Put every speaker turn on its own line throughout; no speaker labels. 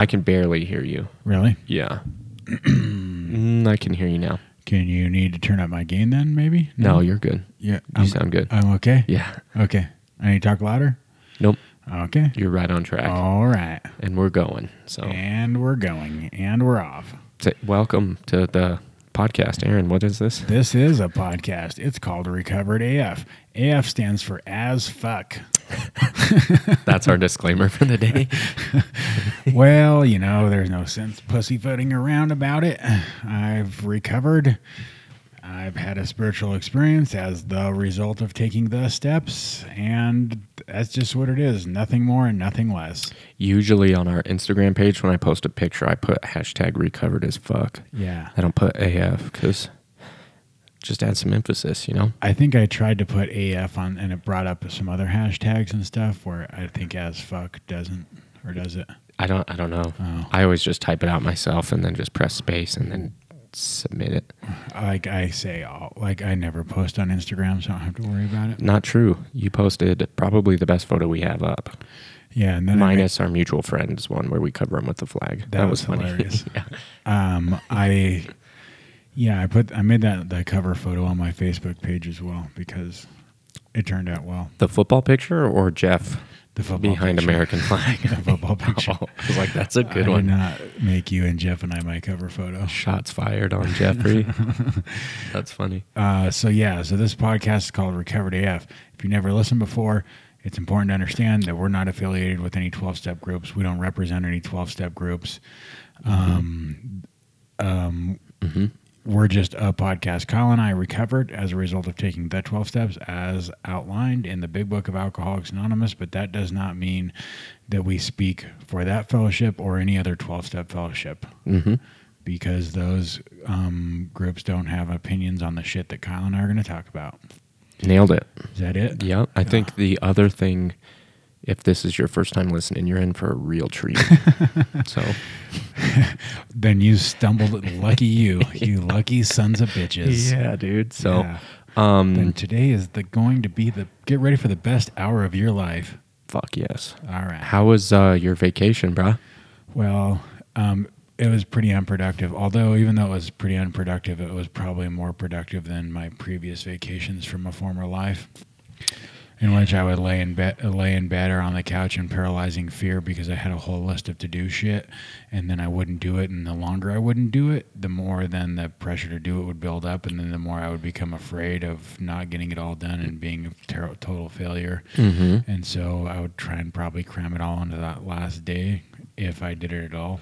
I can barely hear you.
Really?
Yeah. Mm, I can hear you now.
Can you need to turn up my gain then? Maybe?
No, you're good.
Yeah.
You
Mm-hmm. I'm, uh,
sound good.
I'm okay.
Yeah.
Okay. I need to talk louder.
Nope.
Okay.
You're Oh. right on track.
All right.
And we're going. So,
And we're going. And we're off.
t- welcome to the podcast, Aaron. What is this?
This is a podcast. It's called Recovered AF. AF stands for as fuck.
That's our disclaimer for the day.
well, you know, there's no sense pussyfooting around about it. I've recovered. I've had a spiritual experience as the result of taking the steps, and that's just what it is. Nothing more and nothing less.
Usually on our Instagram page, when I post a picture, I put hashtag recovered as fuck.
Yeah.
I don't put AF because just add some emphasis, you know?
I think I tried to put AF on, and it brought up some other hashtags and stuff where I think as fuck doesn't, or does it?
I don't. I don't know.
Oh.
I always just type it out myself and then just press space and then submit it.
Like I say, all, like I never post on Instagram, so I don't have to worry about it.
Not true. You posted probably the best photo we have up,
Yeah, and then I
minus our mutual friends one where we cover them with the flag. That, was,
was
funny.
hilarious.
yeah.
Um, I, yeah, I put I made that the cover photo on my Facebook page as well because it turned out well.
The football picture or Jeff
The football
behind
picture.
American flag.
the football picture.
Oh, I was like, that's a good
I
one.
did not make you and Jeff and I my cover photo.
Shots fired on Jeffrey. that's funny.
Uh, so yeah, so this podcast is called Recovered AF. If you never listened before, it's important to understand that we're not affiliated with any 12 step groups. We don't represent any 12 step groups. Um, um, We're just a podcast. Kyle and I recovered as a result of taking the 12 steps as outlined in the big book of Alcoholics Anonymous, but that does not mean that we speak for that fellowship or any other 12 step fellowship
Mm-hmm.
because those um, groups don't have opinions on the shit that Kyle and I are going to talk about.
Nailed it.
Is that it?
Yeah. I think the other thing, if this is your first time listening, you're in for a real treat. so
Then you stumbled. Lucky you, you lucky sons of bitches.
dude. So um,
Yeah. Then today is the going to be the get ready for the best hour of your life.
fuck yes.
All right.
How was uh, your vacation, bruh?
Well, um, it was pretty unproductive. Although, even though it was pretty unproductive, it was probably more productive than my previous vacations from a former life, in which I would lay in bed, lay in bed or on the couch in paralyzing fear because I had a whole list of to do shit, and then I wouldn't do it. And the longer I wouldn't do it, the more then the pressure to do it would build up, and then the more I would become afraid of not getting it all done and being a ter- total failure. And so I would try and probably cram it all into that last day if I did it at all.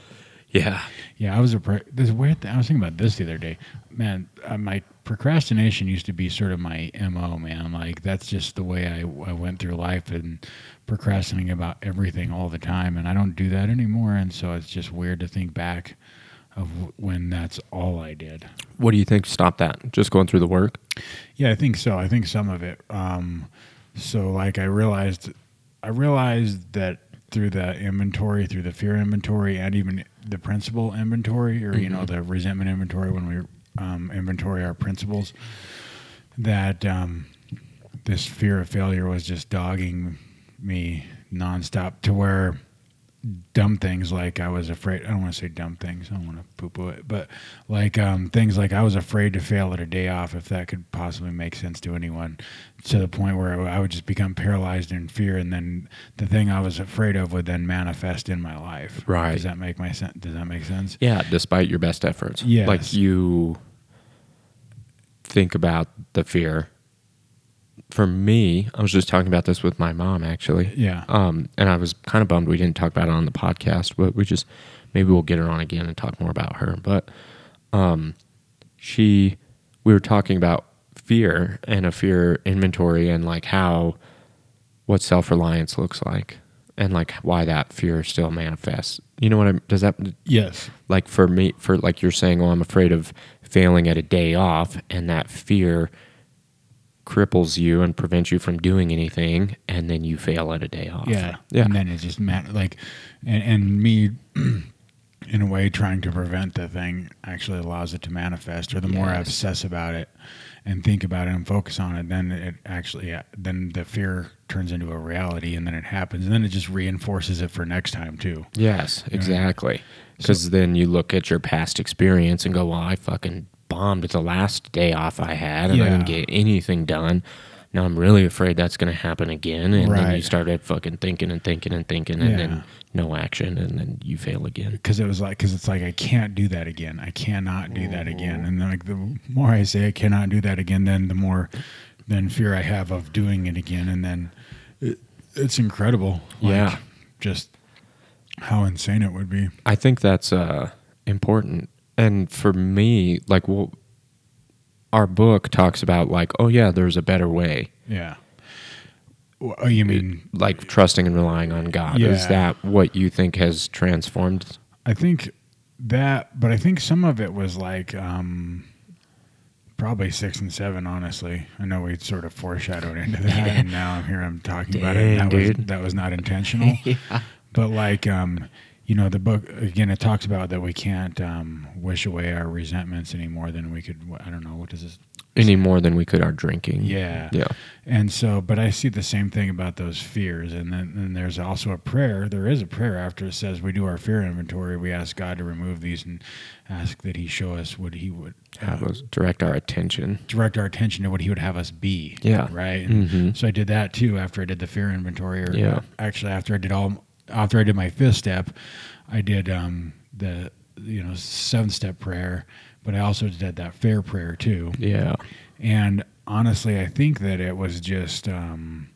Yeah.
Yeah, I was a pro- this weird. Thing, I was thinking about this the other day. Man, uh, my procrastination used to be sort of my mo. Man, like that's just the way I, I went through life and procrastinating about everything all the time. And I don't do that anymore. And so it's just weird to think back of w- when that's all I did.
What do you think? Stop that. Just going through the work.
Yeah, I think so. I think some of it. Um, so like I realized, I realized that through the inventory, through the fear inventory, and even the principal inventory, or you know the resentment inventory when we um, inventory our principles, that um, this fear of failure was just dogging me nonstop to where dumb things like I was afraid. I don't want to say dumb things. I don't want to poo poo it, but like um, things like I was afraid to fail at a day off if that could possibly make sense to anyone. To the point where I would just become paralyzed in fear, and then the thing I was afraid of would then manifest in my life.
Right.
Does that make my sense? Does that make sense?
Yeah. Despite your best efforts.
Yes.
Like you think about the fear. For me, I was just talking about this with my mom actually.
Yeah.
Um, and I was kind of bummed we didn't talk about it on the podcast, but we just maybe we'll get her on again and talk more about her. But um, she, we were talking about fear and a fear inventory and like how what self reliance looks like and like why that fear still manifests. You know what I'm? Does that
yes.
like for me for like you're saying well i'm afraid of failing at a day off and that fear cripples you and prevents you from doing anything and then you fail at a day off
Yeah.
yeah
And then it just meant like, and, and me in a way trying to prevent the thing actually allows it to manifest or the more i
Yes.
obsess about it and think about it and focus on it then it actually yeah, then the fear turns into a reality and then it happens and then it just reinforces it for next time too
Yes, exactly. Because then you look at your past experience and go, well, I fucking bombed the last day off I had and I didn't
Yeah.
get anything done. Now I'm really afraid that's going to happen again. And then you
Right.
started fucking thinking and thinking and thinking and
Yeah.
then no action and then you fail again.
because it was like because it's like I can't do that again. I cannot do that again. And then like the more I say I cannot do that again, then the more then fear I have of doing it again. And then it, it's incredible. like,
Yeah.
just how insane it would be.
I think that's uh, important. And for me, like, well, our book talks about, like, oh, yeah, there's a better way.
Yeah. Well, oh, you mean
Like trusting and relying on God. Is
Yeah.
that what you think has transformed
I think that, but I think some of it was like um, probably six and seven. Honestly, I know we sort of foreshadowed into that, and now I'm here. I'm talking about it.
Dang,
and That was
dude.
that was not intentional. But like, um, you know, the book again. It talks about that we can't um, wish away our resentments any more than we could. I don't know what does this.
any more than we could our drinking.
Yeah.
Yeah.
And so, but I see the same thing about those fears. And then and there's also a prayer. There is a prayer after it says we do our fear inventory. We ask God to remove these and ask that He show us what He would
Have us direct our attention.
direct our attention to what He would have us be.
Yeah. Mm-hmm.
Right. And So I did that too after I did the fear inventory. Or
Yeah.
Actually, after I did all, after I did my fifth step, I did um, the, you know, seventh step prayer, but I also did that fair prayer too.
Yeah.
And honestly, I think that it was just um,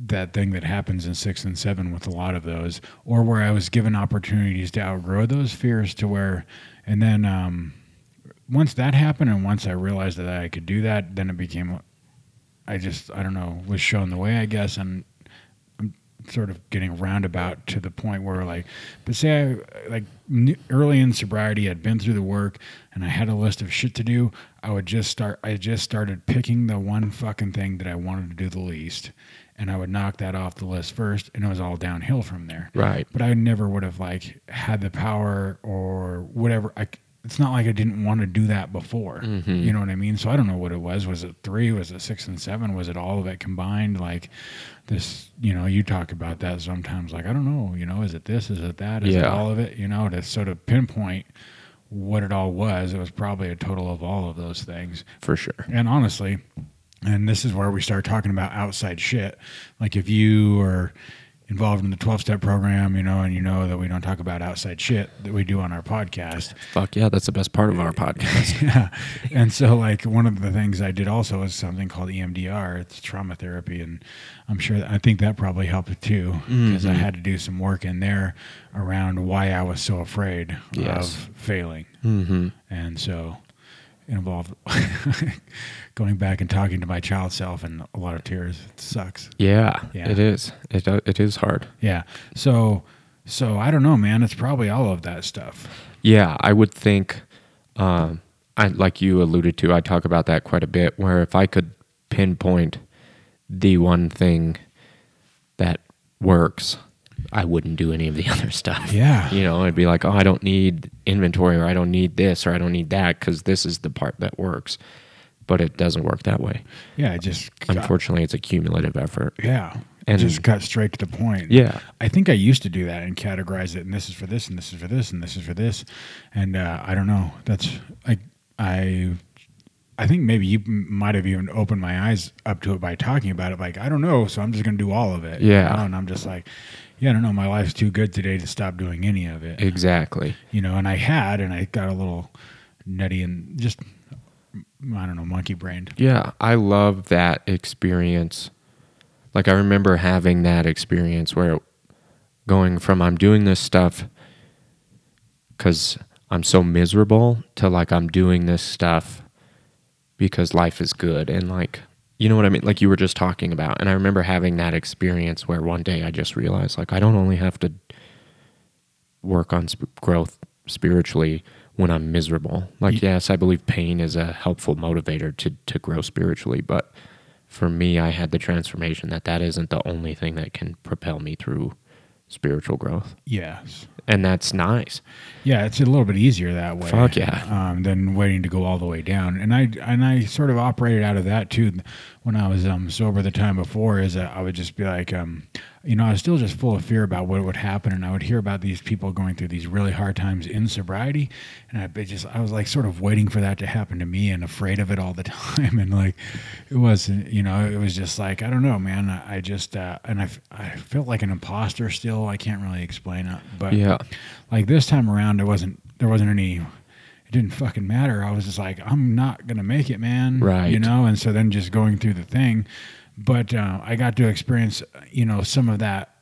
that thing that happens in six and seven with a lot of those, or where I was given opportunities to outgrow those fears to where, and then um, once that happened, and once I realized that I could do that, then it became, I just, I don't know, was shown the way, I guess. And sort of getting roundabout to the point where like but say i like n- early in sobriety i'd been through the work and i had a list of shit to do i would just start i just started picking the one fucking thing that i wanted to do the least and i would knock that off the list first and it was all downhill from there
Right.
but i never would have like had the power or whatever i c- it's not like I didn't want to do that before. You know what I mean? So I don't know what it was. Was it three? Was it six and seven? Was it all of it combined? Like this, you know, you talk about that sometimes. Like, I don't know, you know, is it this? Is it that? Is it
Yeah.
all of it? You know, to sort of pinpoint what it all was, it was probably a total of all of those things.
For sure.
And honestly, and this is where we start talking about outside shit. Like if you are involved in the 12 step program, you know, and you know that we don't talk about outside shit that we do on our podcast.
Fuck yeah. That's the best part of our podcast.
yeah. And so, like, one of the things I did also is something called E EMDR. It's trauma therapy. And I'm sure that, I think that probably helped too because I had to do some work in there around why I was so afraid
Yes.
of failing. Mm-hmm. And so, it involved going back and talking to my child self and a lot of tears. It sucks.
Yeah.
Yeah.
It is. It, do- it is hard.
Yeah. So, so I don't know, man. It's probably all of that stuff.
Yeah. I would think, um, I, like you alluded to, I talk about that quite a bit, where if I could pinpoint the one thing that works, I wouldn't do any of the other stuff.
Yeah.
You know, I'd be like, oh, I don't need inventory or I don't need this or I don't need that because this is the part that works. But it doesn't work that way.
Yeah. I just got-
Unfortunately, it's a cumulative effort.
Yeah.
And-
And just got straight to the point.
Yeah.
I think I used to do that and categorize it and this is for this and this is for this and this is for this. And uh, I don't know. That's I I I think maybe you m- might have even opened my eyes up to it by talking about it. Like, I don't know, so I'm just gonna do all of it. you
Yeah.
know? And I'm just like, yeah, I don't know, my life's too good today to stop doing any of it
Exactly.
you know, and I had, and I got a little nutty and just, I don't know, monkey brained.
Yeah, I love that experience. Like I remember having that experience where going from I'm doing this stuff cuz I'm so miserable to like I'm doing this stuff because life is good and like you know what I mean like you were just talking about and I remember having that experience where one day I just realized like I don't only have to work on sp- growth spiritually when I'm miserable. Like, yes, I believe pain is a helpful motivator to to grow spiritually, but for me, I had the transformation that that isn't the only thing that can propel me through spiritual growth.
Yes.
And that's nice.
Yeah, it's a little bit easier that way.
Fuck yeah.
Um, than waiting to go all the way down, and I and I sort of operated out of that too. When I was um, sober the time before, is that I would just be like, um, you know, I was still just full of fear about what would happen, and I would hear about these people going through these really hard times in sobriety, and I it just I was like sort of waiting for that to happen to me and afraid of it all the time, and like it wasn't, you know, it was just like I don't know, man. I, I just uh, and I f- I felt like an imposter still. I can't really explain it, but
Yeah.
like this time around it wasn't there wasn't any it didn't fucking matter i was just like i'm not gonna make it man
Right.
you know and so then just going through the thing but uh, i got to experience you know some of that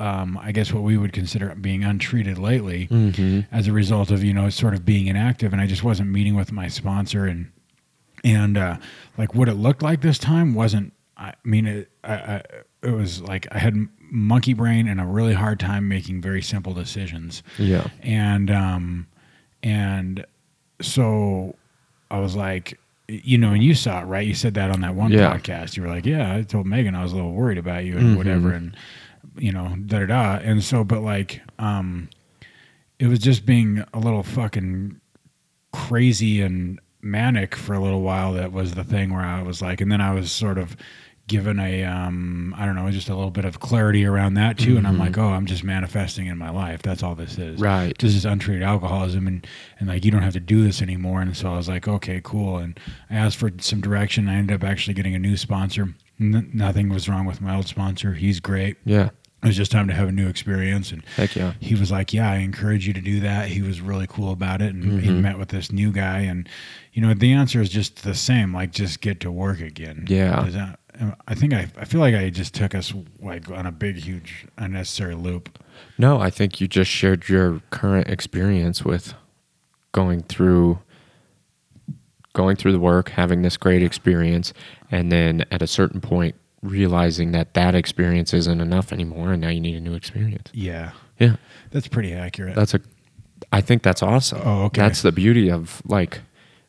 um, I guess what we would consider being untreated lately,
Mm-hmm.
as a result of you know sort of being inactive, and I just wasn't meeting with my sponsor, and and uh, like what it looked like this time wasn't. I mean, it I, I, it was like I had m- monkey brain and a really hard time making very simple decisions
Yeah.
and um and so I was like you know and you saw it right you said that on that one
Yeah.
podcast you were like yeah I told Megan I was a little worried about you and whatever and you know da da da and so but like um it was just being a little fucking crazy and manic for a little while that was the thing where I was like and then I was sort of given a um I don't know just a little bit of clarity around that too and I'm like oh I'm just manifesting in my life that's all this is
Right.
this is untreated alcoholism and and like you don't have to do this anymore and so i was like okay cool and i asked for some direction i ended up actually getting a new sponsor N- nothing was wrong with my old sponsor he's great
Yeah.
it was just time to have a new experience and
Heck yeah.
he was like yeah i encourage you to do that he was really cool about it and he met with this new guy and you know the answer is just the same like just get to work again
Yeah.
Does that- i think I, I feel like i just took us like on a big huge unnecessary loop
No, I think you just shared your current experience with going through going through the work, having this great experience, and then at a certain point realizing that that experience isn't enough anymore and now you need a new experience.
yeah
Yeah.
that's pretty accurate
That's a I think that's awesome.
Oh, okay.
That's the beauty of like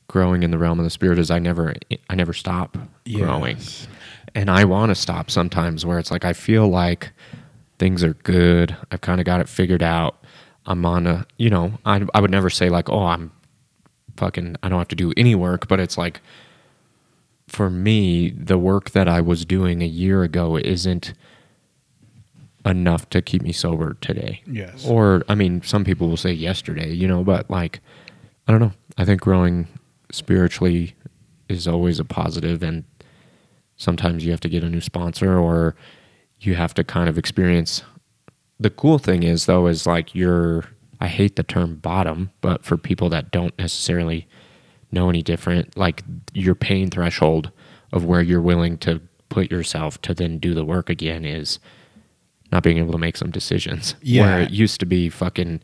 growing in the realm of the spirit is I never I never stop growing.
Yes.
and I want to stop sometimes where it's like I feel like things are good. I've kind of got it figured out. I'm on a, you know, I I would never say like, "Oh, I'm fucking I don't have to do any work," but it's like for me, the work that I was doing a year ago isn't enough to keep me sober today.
Yes.
Or I mean, some people will say yesterday, you know, but like I don't know. I think growing spiritually is always a positive and sometimes you have to get a new sponsor or you have to kind of experience the cool thing is though is like you're I hate the term bottom, but for people that don't necessarily know any different, like your pain threshold of where you're willing to put yourself to then do the work again is not being able to make some decisions.
Yeah.
Where it used to be fucking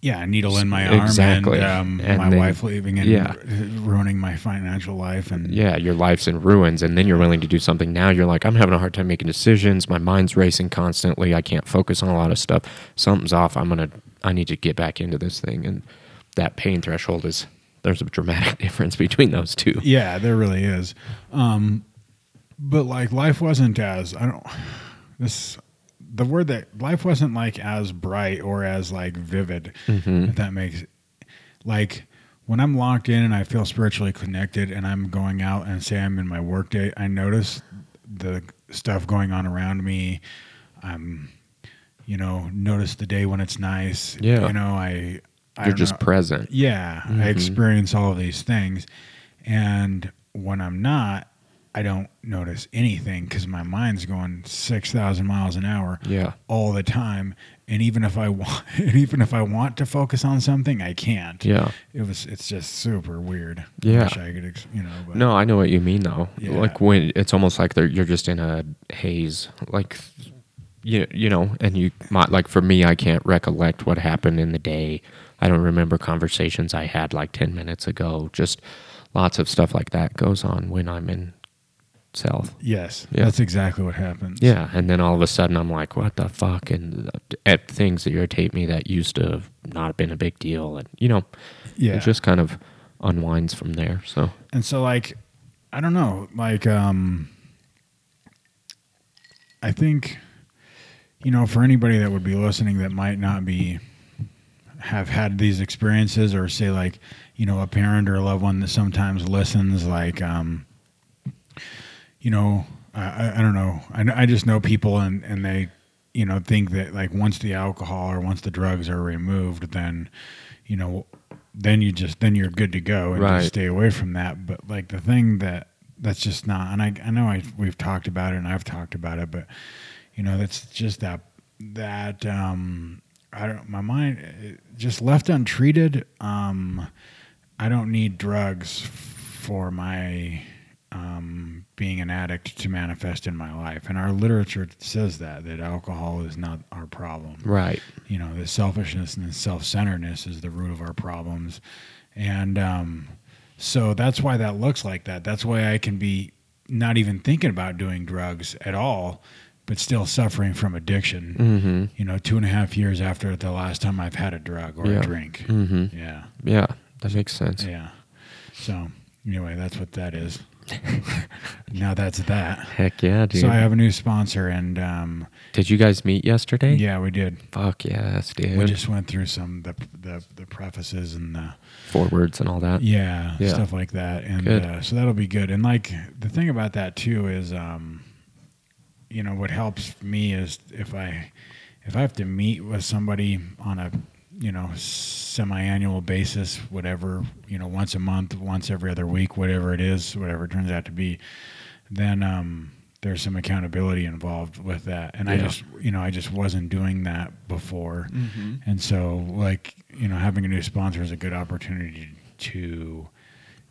yeah, a needle in my arm
Exactly.
and, um,
And
my
then-
wife leaving and
yeah.
ruining my financial life and
yeah, your life's in ruins, and then you're willing to do something. Now you're like, I'm having a hard time making decisions. My mind's racing constantly. I can't focus on a lot of stuff. Something's off. I'm gonna. I need to get back into this thing. And that pain threshold is there's a dramatic difference between those two.
Yeah, there really is. Um, but like life wasn't as I don't this the word that life wasn't like as bright or as like vivid.
Mm-hmm.
If that makes like when I'm locked in and I feel spiritually connected and I'm going out and say I'm in my workday, I notice the stuff going on around me. Um, you know, notice the day when it's nice.
Yeah.
you know, I. I
You're
don't
just
know.
present.
Yeah,
Mm-hmm.
I experience all of these things, and when I'm not, I don't notice anything because my mind's going six thousand miles an hour
Yeah.
all the time. And even if I want, and even if I want to focus on something, I can't.
Yeah.
it was. It's just super weird.
Yeah.
wish I could, ex- you know. But
No, I know what you mean though.
Yeah.
Like when it's almost like they're, you're just in a haze. Like you, you know, and you might like for me, I can't recollect what happened in the day. I don't remember conversations I had like ten minutes ago. Just lots of stuff like that goes on when I'm in self.
Yes,
Yeah.
that's exactly what happens.
Yeah, and then all of a sudden I'm like, what the fuck? And uh, at things that irritate me that used to have not been a big deal, and you know,
Yeah.
it just kind of unwinds from there. So
And so like I don't know, like um I think you know, for anybody that would be listening that might not be have had these experiences or say like, you know, a parent or a loved one that sometimes listens like um you know, I, I- I don't know. I, kn- I just know people and, and they, you know, think that like once the alcohol or once the drugs are removed, then, you know, then you just, then you're good to go and
Right.
just stay away from that. But like the thing that that's just not, and I, I know I, we've talked about it and I've talked about it, but you know, that's just that, that, um, I don't, my mind it just left untreated. Um, I don't need drugs for my um, being an addict to manifest in my life. And our literature says that, that alcohol is not our problem.
Right.
You know, the selfishness and self centeredness is the root of our problems. And um, so that's why that looks like that. That's why I can be not even thinking about doing drugs at all, but still suffering from addiction,
Mm-hmm.
you know, two and a half years after the last time I've had a drug or
Yeah.
a drink.
Mm-hmm.
Yeah.
Yeah, that makes sense.
Yeah. So anyway, that's what that is. now that's that.
Heck yeah, dude.
So I have a new sponsor, and um,
Did you guys meet yesterday?
yeah, we did.
Fuck yes, dude.
We just went through some the the, the prefaces and the
Four words and all that.
yeah,
Yeah.
stuff like that, and
Good.
uh, so that'll be good. And like the thing about that too is, um, you know, what helps me is if I if I have to meet with somebody on a you know semi-annual basis, whatever you know, once a month, once every other week, whatever it is, whatever it turns out to be, then um, there's some accountability involved with that. And I
Yeah.
just you know I just wasn't doing that before. And so, like, you know, having a new sponsor is a good opportunity to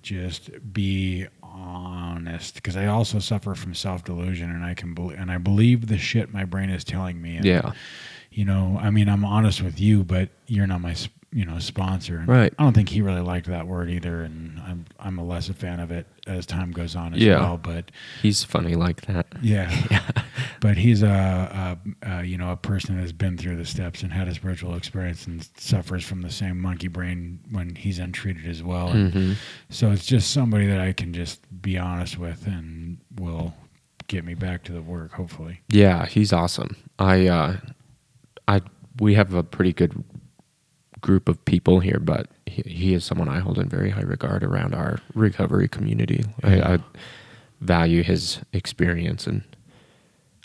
just be honest because I also suffer from self delusion and I can bel and I believe the shit my brain is telling me. And,
Yeah.
You know, I mean, I'm honest with you, but you're not my, sp- you know, sponsor. And
Right.
I don't think he really liked that word either. And I'm, I'm a less a fan of it as time goes on as
Yeah.
well. But
He's funny like that.
yeah. But he's a, a, a you know a person that's been through the steps and had a spiritual experience and suffers from the same monkey brain when he's untreated as well. And
Mm-hmm.
So it's just somebody that I can just be honest with and will get me back to the work. Hopefully,
Yeah, he's awesome. I, uh, I, we have a pretty good group of people here, but he, he is someone I hold in very high regard around our recovery community. I, I value his experience and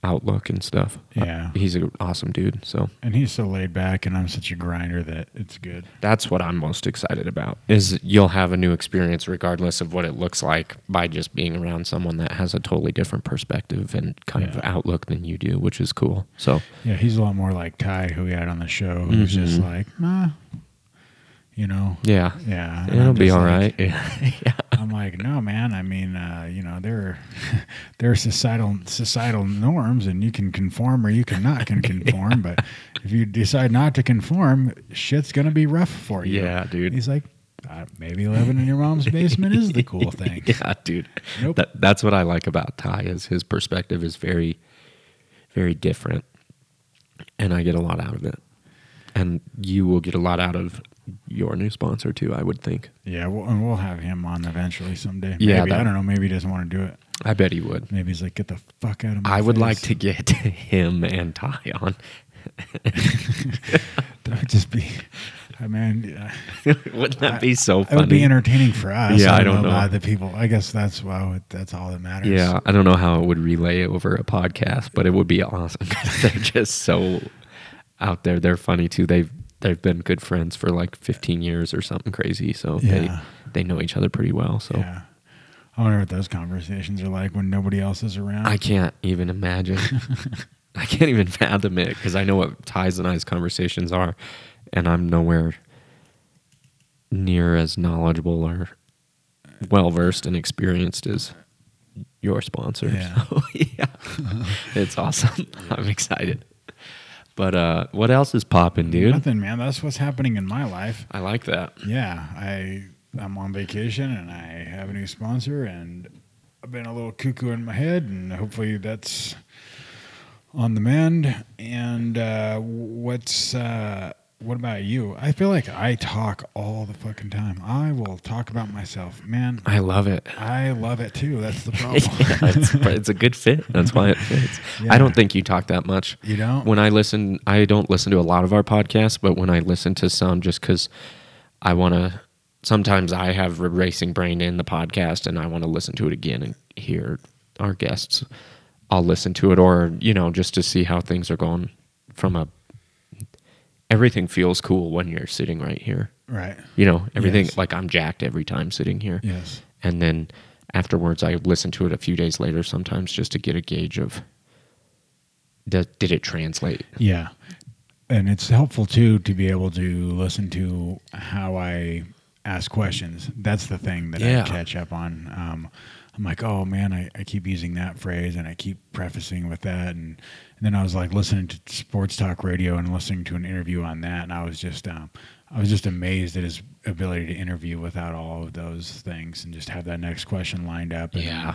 outlook and stuff.
Yeah.
Uh, he's an awesome dude. So
and he's so laid back, and I'm such a grinder that it's good.
that's what I'm most excited about. Is you'll have a new experience regardless of what it looks like by just being around someone that has a totally different perspective and kind of
Yeah.
outlook than you do, which is cool. So
Yeah, he's a lot more like Ty, who we had on the show, who's just
Mhm.
like, nah, you know,
yeah,
yeah, and
it'll
I'm
be
just
all right.
like,
Yeah. yeah.
I'm like, no, man. I mean, uh, you know, there, are, there are societal societal norms, and you can conform or you can not can conform. But if you decide not to conform, shit's gonna be rough for you.
Yeah, dude.
He's like, uh, maybe living in your mom's basement is the cool thing.
Yeah, dude.
Nope.
That, that's what I like about Ty is his perspective is very, very different, and I get a lot out of it, and you will get a lot out of your new sponsor too. I would think.
Yeah, we'll, and we'll have him on eventually someday.
Yeah,
maybe,
that-
I don't know. Maybe he doesn't want to do it.
I bet he would.
Maybe he's like, get the fuck out of my.
I would
face."
like to get him and Ty on.
That would just be. I mean, uh,
Wouldn't that be so
it would be
funny?
entertaining for us.
Yeah, I don't know.
about the people. I guess that's why that's all that matters.
yeah, I don't know how it would relay over a podcast, but it would be awesome. They're just so out there. They're funny too. They've they've been good friends for like 15 years or something crazy, so
Yeah.
they they know each other pretty well. So
Yeah. I wonder what those conversations are like when nobody else is around.
I can't even imagine. I can't even fathom it because I know what Ty's and I's conversations are, and I'm nowhere near as knowledgeable or well versed and experienced as your sponsor.
Yeah.
So, yeah, it's awesome. I'm excited. But uh, what else is popping, dude?
Mm, Nothing, man. That's what's happening in my life.
I like that.
Yeah, I I'm on vacation and I have a new sponsor and I've been a little cuckoo in my head and hopefully that's on the mend. And uh, what's uh, What about you? I feel like I talk all the fucking time. I will talk about myself, man.
I love it.
I love it too. That's the
Yeah,
problem.
it's, but it's a good fit. That's why it fits. I
Oh. Yeah.
don't think you talk that much.
You don't?
When I listen, I don't listen to a lot of our podcasts, but when I listen to some, just because I want to, sometimes I have a racing brain in the podcast and I want to listen to it again and hear our guests. I'll listen to it or, you know, just to see how things are going from a. Everything feels cool when you're sitting right here.
right.
You know, everything,
Yes.
like I'm jacked every time sitting here
Yes.
and then afterwards I listen to it a few days later sometimes just to get a gauge of does, did it translate.
Yeah. And it's helpful too to be able to listen to how I ask questions. That's the thing that
Yeah.
I catch up on. Um, I'm like, oh man, I, I keep using that phrase and I keep prefacing with that. And, and then I was like listening to sports talk radio and listening to an interview on that. And I was just, um, I was just amazed at his ability to interview without all of those things and just have that next question lined up. And
Yeah.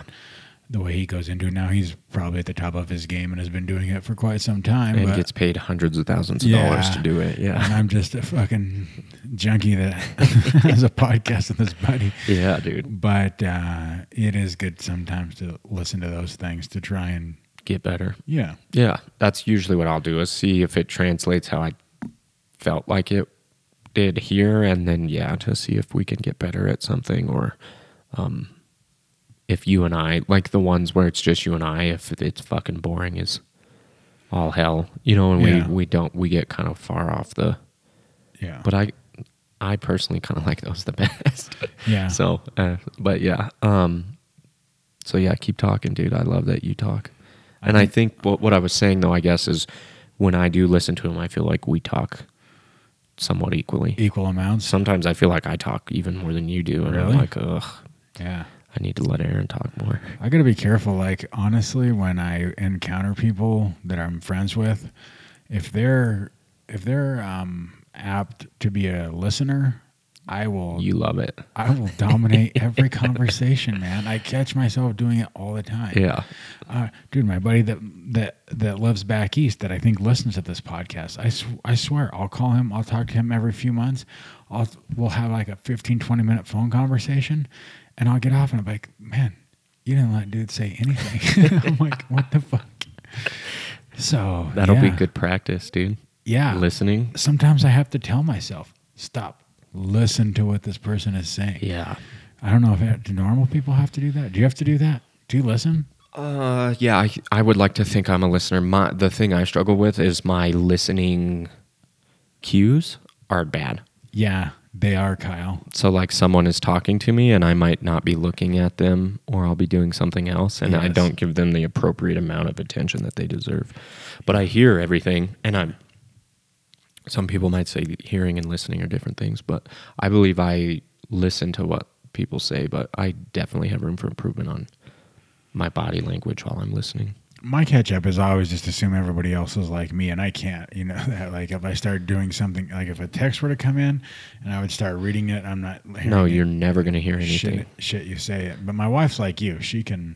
The way he goes into it now, he's probably at the top of his game and has been doing it for quite some time.
And
but-
gets paid hundreds of thousands of dollars to do it.
and
Yeah.
I'm just a fucking junkie that has a podcast with his buddy.
Yeah, dude.
But uh, it is good sometimes to listen to those things to try and,
Get better.
yeah,
Yeah. That's usually what I'll do is see if it translates how I felt like it did here and then yeah, to see if we can get better at something or um if you and I like the ones where it's just you and I, if it's fucking boring is all hell. You know, and
Yeah.
we, we don't we get kind of far off the
yeah,
but I I personally kind of like those the best.
yeah.
so, uh, but yeah. Um, so yeah, keep talking, dude. I love that you talk. And I think what what I was saying though, I guess, is when I do listen to him, I feel like we talk somewhat equally.
Equal amounts.
Sometimes I feel like I talk even more than you do, and
Really?
I'm like, ugh,
Yeah.
I need to let Aaron talk more.
I got to be careful. Like, honestly, when I encounter people that I'm friends with, if they're, if they're um, apt to be a listener, I will
You love it,
I will dominate every conversation, man. I catch myself doing it all the time.
yeah.
uh, dude, my buddy that that that lives back east that I think listens to this podcast. I, sw- I swear, I'll call him. I'll talk to him every few months. I'll we'll have like a 15, 20 minute phone conversation, and I'll get off and I'm like, man, you didn't let dude say anything. I'm like, what the fuck? So
That'll be
yeah.
good practice, dude.
Yeah,
Listening,
sometimes I have to tell myself, stop, listen to what this person is saying.
yeah.
I don't know if it, do normal people have to do that. Do you have to do that? Do you listen?
Uh, yeah, I, I would like to think I'm a listener. My the thing I struggle with is my listening cues are bad.
Yeah, they are, Kyle.
So like someone is talking to me and I might not be looking at them or I'll be doing something else and I
Yes.
don't give them the appropriate amount of attention that they deserve. But I hear everything and I'm some people might say hearing and listening are different things, but I believe I listen to what people say, but I definitely have room for improvement on my body language while I'm listening.
my catch up is I always just assume everybody else is like me, and I can't. You know that like if I start doing something, like if a text were to come in, and I would start reading it, I'm not. hearing
No,
it.
you're never going to hear anything.
shit, shit you say it. But my wife's like you; she can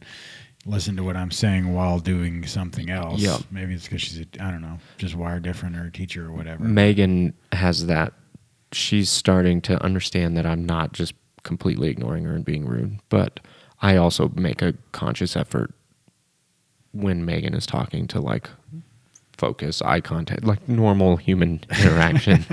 listen to what I'm saying while doing something else.
Yeah.
maybe it's because she's a, I don't know, just wired different or a teacher or whatever.
Megan has that. She's starting to understand that I'm not just completely ignoring her and being rude, but I also make a conscious effort when Megan is talking to like focus, eye contact, like normal human interaction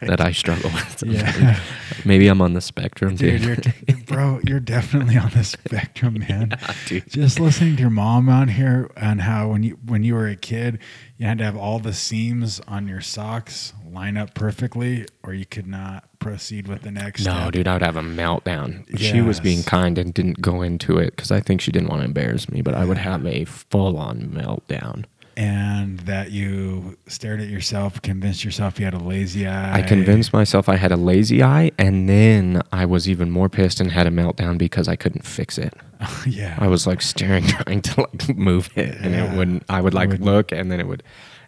that I struggle with.
Yeah.
sometimes. Maybe I'm on the spectrum, dude.
Dude, you're, bro, you're definitely on the spectrum, man.
dude.
Just listening to your mom on here on how when you when you were a kid, you had to have all the seams on your socks line up perfectly, or you could not proceed with the next.
no,
step.
dude, I would have a meltdown. She was being
Yes.
kind and didn't go into it because I think she didn't want to embarrass me, but I would have a full on meltdown.
and that you stared at yourself, convinced yourself you had a lazy eye.
I convinced myself I had a lazy eye, and then I was even more pissed and had a meltdown because I couldn't fix it.
yeah,
I was like staring, trying to like move it, and
Yeah.
it wouldn't. I would like
wouldn't.
look, and then it would,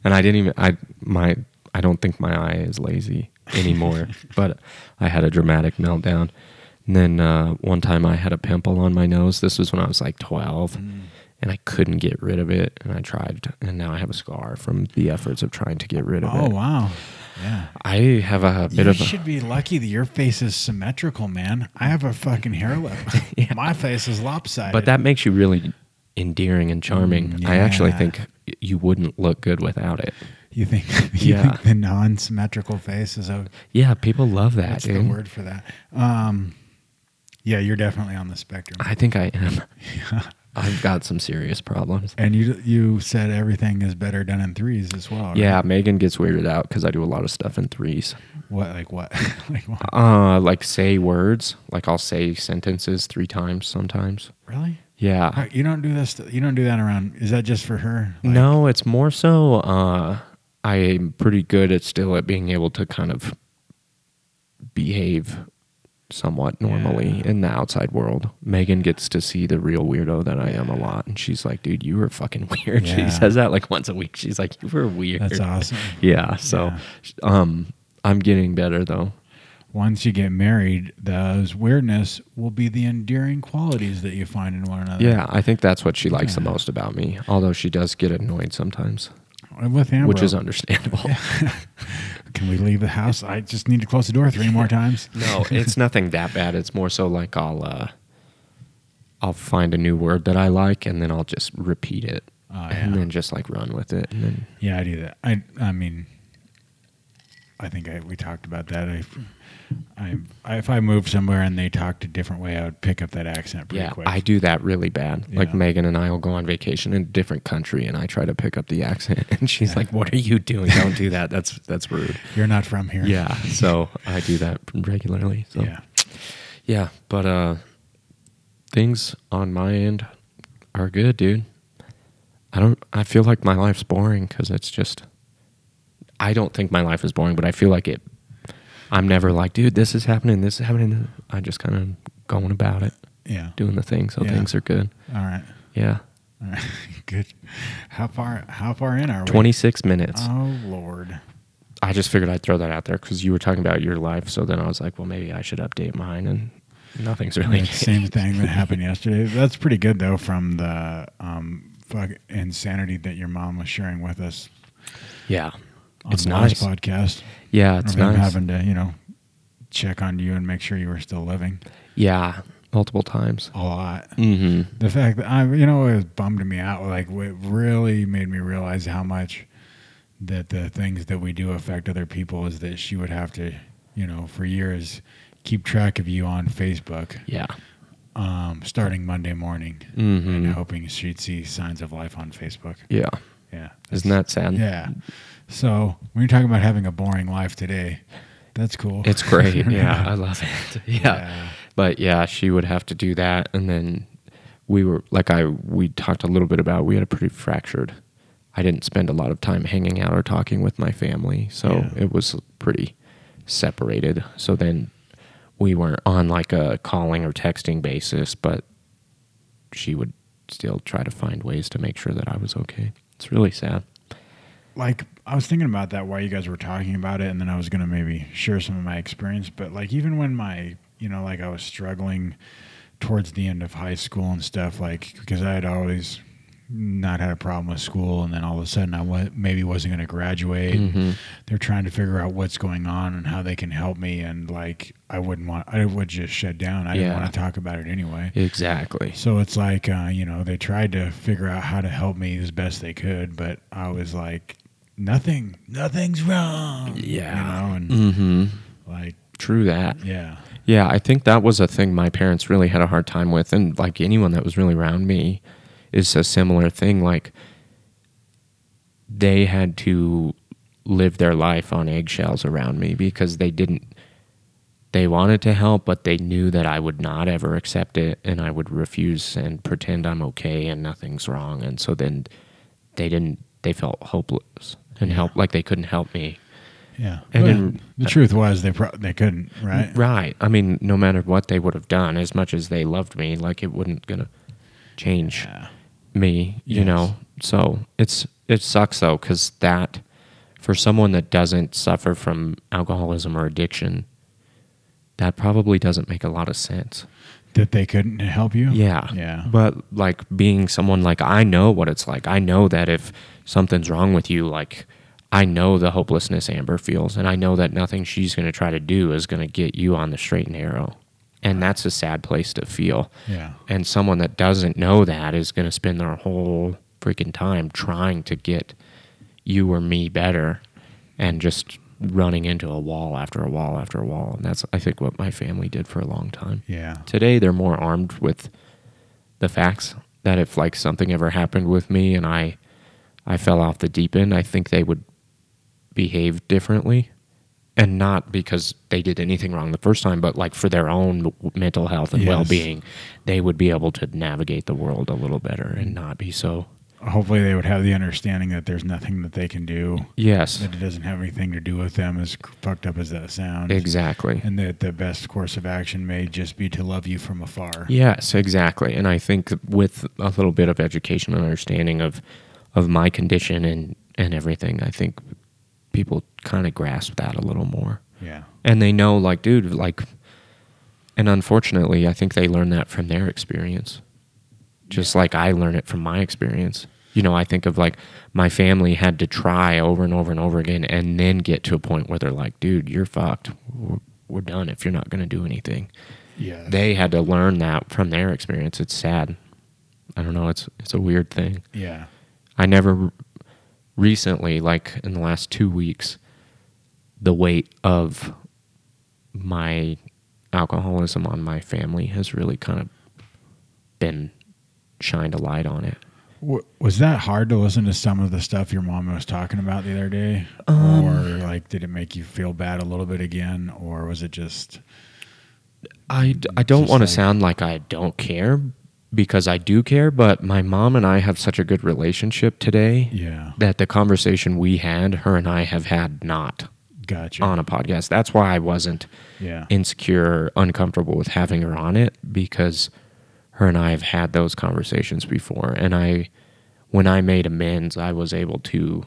and I didn't even. I my I don't think my eye is lazy anymore, but I had a dramatic meltdown. And then uh, one time I had a pimple on my nose. This was when I was like twelve,
Mm.
and I couldn't get rid of it, and I tried, and now I have a scar from the efforts of trying to get rid of
oh
it.
wow, Yeah.
I have a bit
You
of a,
should be lucky that your face is symmetrical, man. I have a fucking hair lip. My face is lopsided.
but that makes you really endearing and charming. I actually
yeah.
think you wouldn't look good without it.
you think you
Yeah.
think the non-symmetrical face is a
Yeah, people love that.
that's the
dude.
word for that. Um, yeah, you're definitely on the spectrum.
I think I am. I've got some serious problems.
and you you said everything is better done in threes as well. right?
Yeah, Megan gets weirded out because I do a lot of stuff in threes.
What like what? like what?
Uh, like say words. Like I'll say sentences three times sometimes.
Really?
Yeah.
How- You don't do this. You don't do that around. Is that just for her? Like,
no, it's more so. Uh, I am pretty good at still at being able to kind of behave somewhat normally
Yeah.
in the outside world. Megan gets to see the real weirdo that I am a lot, and she's like, "Dude, you were fucking weird."
Yeah.
She says that like once a week. She's like, "You were weird."
That's awesome.
Yeah. So,
Yeah.
um, I'm getting better though.
Once you get married, those weirdness will be the endearing qualities that you find in one another.
Yeah, I think that's what she likes the most about me. Although she does get annoyed sometimes,
And With Amber,
which is understandable.
can we leave the house? I just need to close the door three more times.
No, it's nothing that bad. It's more so like I'll uh, I'll find a new word that I like and then I'll just repeat it
Oh,
and
yeah.
then just like run with it. And then
Yeah, I do that. I I mean, I think I, we talked about that. I, I, I if I moved somewhere and they talked a different way, I would pick up that accent pretty
yeah,
quick.
I do that really bad. Like
Yeah.
Megan and I will go on vacation in a different country and I try to pick up the accent and she's like, "What are you doing? Don't do that. That's that's rude."
You're not from here.
Yeah, so I do that regularly. So.
Yeah.
Yeah, but uh things on my end are good, dude. I don't I feel like my life's boring cuz it's just I don't think my life is boring, but I feel like it I'm never like, dude, this is happening, this is happening. I just kind of going about it,
Yeah.
doing the thing, so
Yeah.
things are good.
All right.
Yeah.
All right. Good. How far? How far in are we?
26 minutes.
Oh Lord.
I just figured I'd throw that out there cuz you were talking about your life, so then I was like, well, maybe I should update mine and nothing's really
That same thing that happened yesterday. That's pretty good though from the um fuck insanity that your mom was sharing with us
Yeah.
on
It's
the last
nice.
podcast.
Yeah, it's
of him
nice.
having to, you know, check on you and make sure you were still living
Yeah, multiple times.
a lot.
Mm-hmm.
The fact that I, you know, it was bummed me out. Like, it really made me realize how much that the things that we do affect other people is that she would have to, you know, for years keep track of you on Facebook
Yeah.
um, starting Monday morning and hoping she'd see signs of life on Facebook.
Mm-hmm. Yeah.
Yeah.
Isn't that sad?
Yeah. So when you're talking about having a boring life today, that's cool.
It's great. Yeah. I love it. Yeah.
Yeah.
But yeah, she would have to do that. And then we were, like, I, we talked a little bit about, we had a pretty fractured, I didn't spend a lot of time hanging out or talking with my family. So
Yeah.
it was pretty separated. So then we weren't on like a calling or texting basis, but she would still try to find ways to make sure that I was okay. It's really sad.
like I was thinking about that while you guys were talking about it, and then I was gonna maybe share some of my experience. But like even when my you know like I was struggling towards the end of high school and stuff, like because I had always not had a problem with school, and then all of a sudden I wa- maybe wasn't gonna graduate. They're trying to figure out what's going on and how they can help me, and like I wouldn't want I would just shut down. I didn't
Yeah.
want to talk about it anyway.
Exactly.
So it's like, uh, you know, they tried to figure out how to help me as best they could, but I was like, nothing, nothing's wrong.
Yeah.
You know, and
Mm-hmm.
like,
True that.
yeah.
Yeah, I think that was a thing my parents really had a hard time with, and like anyone that was really around me, is a similar thing. Like they had to live their life on eggshells around me because they didn't. They wanted to help, but they knew that I would not ever accept it, and I would refuse and pretend I'm okay and nothing's wrong. And so then they didn't. They felt hopeless and help like they couldn't help me.
Yeah.
And
But
in-
the truth was they pro- they couldn't, right?
Right. I mean, no matter what they would have done, as much as they loved me, like it wouldn't gonna change
Yeah.
me, you
Yes.
know. So it's it sucks though, because that for someone that doesn't suffer from alcoholism or addiction, that probably doesn't make a lot of sense.
That they couldn't help you?
Yeah.
Yeah.
But like being someone like I know what it's like. I know that if something's wrong with you, like I know the hopelessness Amber feels, and I know that nothing she's going to try to do is going to get you on the straight and narrow. And that's a sad place to feel.
Yeah.
And someone that doesn't know that is going to spend their whole freaking time trying to get you or me better and just running into a wall after a wall after a wall. And that's, I think, what my family did for a long time.
Yeah.
Today, they're more armed with the facts that if like something ever happened with me and I I fell off the deep end, I think they would behave differently and not because they did anything wrong the first time, but like for their own w- mental health and
Yes.
well-being, they would be able to navigate the world a little better and not be so.
Hopefully, they would have the understanding that there's nothing that they can do,
Yes.
that it doesn't have anything to do with them, as fucked up as that sounds.
Exactly.
And that the best course of action may just be to love you from afar.
Yes, exactly. And I think with a little bit of education and understanding of of my condition and and everything, I think people kind of grasp that a little more.
Yeah.
And they know like dude, like and unfortunately, I think they learn that from their experience. Just like I learn it from my experience. You know, I think of like my family had to try over and over and over again and then get to a point where they're like, dude, you're fucked. We're, we're done if you're not going to do anything
Yeah.
they had to learn that from their experience. It's sad. I don't know. It's it's a weird thing.
yeah.
I never recently, like in the last two weeks, the weight of my alcoholism on my family has really kind of been shined a light on it.
W- was that hard to listen to some of the stuff your mom was talking about the other day? or like, did it make you feel bad a little bit again? Or was it just,
I, d- I don't
Just
want to
like-
sound like I don't care because I do care, but my mom and I have such a good relationship today
yeah,
that the conversation we had, her and I have had not
gotcha.
on a podcast. That's why I wasn't
yeah.
insecure, uncomfortable with having her on it because her and I have had those conversations before. And I, when I made amends, I was able to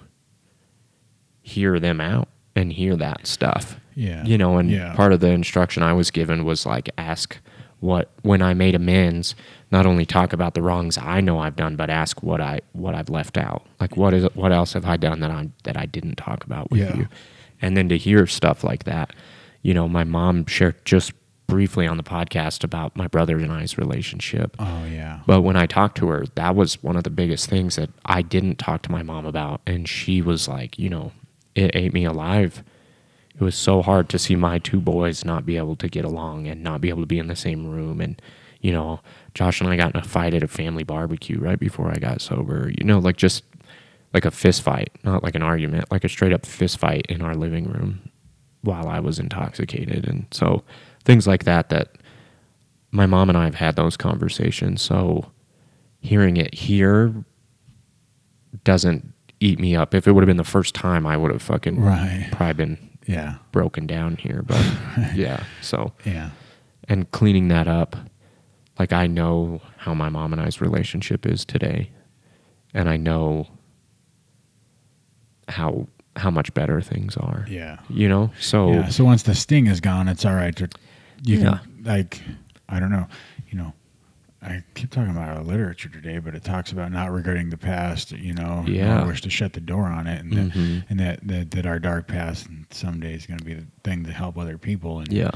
hear them out and hear that stuff.
Yeah.
You know, and
Yeah.
part of the instruction I was given was like, ask what, when I made amends, not only talk about the wrongs I know I've done, but ask what I, what I've left out. Like, what is, what else have I done that I'm, that I didn't talk about with
Yeah.
you? And then to hear stuff like that, you know, my mom shared just briefly on the podcast about my brother and I's relationship.
oh, yeah.
But when I talked to her, that was one of the biggest things that I didn't talk to my mom about. And she was like, you know, it ate me alive. It was so hard to see my two boys not be able to get along and not be able to be in the same room. And, you know, Josh and I got in a fight at a family barbecue right before I got sober, you know, like just like a fist fight, not like an argument, like a straight up fist fight in our living room while I was intoxicated. And so things like that, that my mom and I have had those conversations. So hearing it here doesn't eat me up. If it would have been the first time, I would have fucking
Right.
probably been
Yeah.
broken down here. But yeah, so
Yeah.
and cleaning that up, like I know how my mom and I's relationship is today, and I know how how much better things are.
Yeah.
You know, so
Yeah. So once the sting is gone, it's all right. To, you can
Oh. Yeah.
like, I don't know, you know, I keep talking about our literature today, but it talks about not regretting the past. You know,
Yeah. Mm-hmm.
nor wish to shut the door on it, and that, and that, that that our dark past someday is going to be the thing to help other people, and
yeah,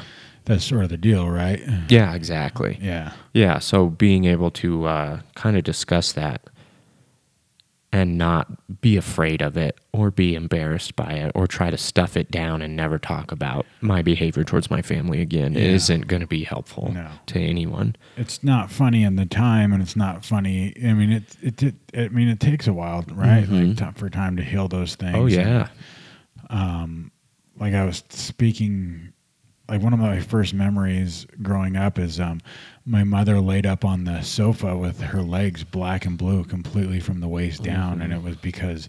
that's sort of the deal, right?
yeah, exactly.
Yeah.
Yeah, so being able to uh, kind of discuss that and not be afraid of it or be embarrassed by it or try to stuff it down and never talk about my behavior towards my family again
Yeah.
isn't going to be helpful
No.
to anyone.
it's not funny in the time and it's not funny i mean it it, it i mean it takes a while right like time for time to heal those things
Mm-hmm. Oh, yeah.
like i was speaking like one of my first memories growing up is um my mother laid up on the sofa with her legs black and blue completely from the waist down and it was because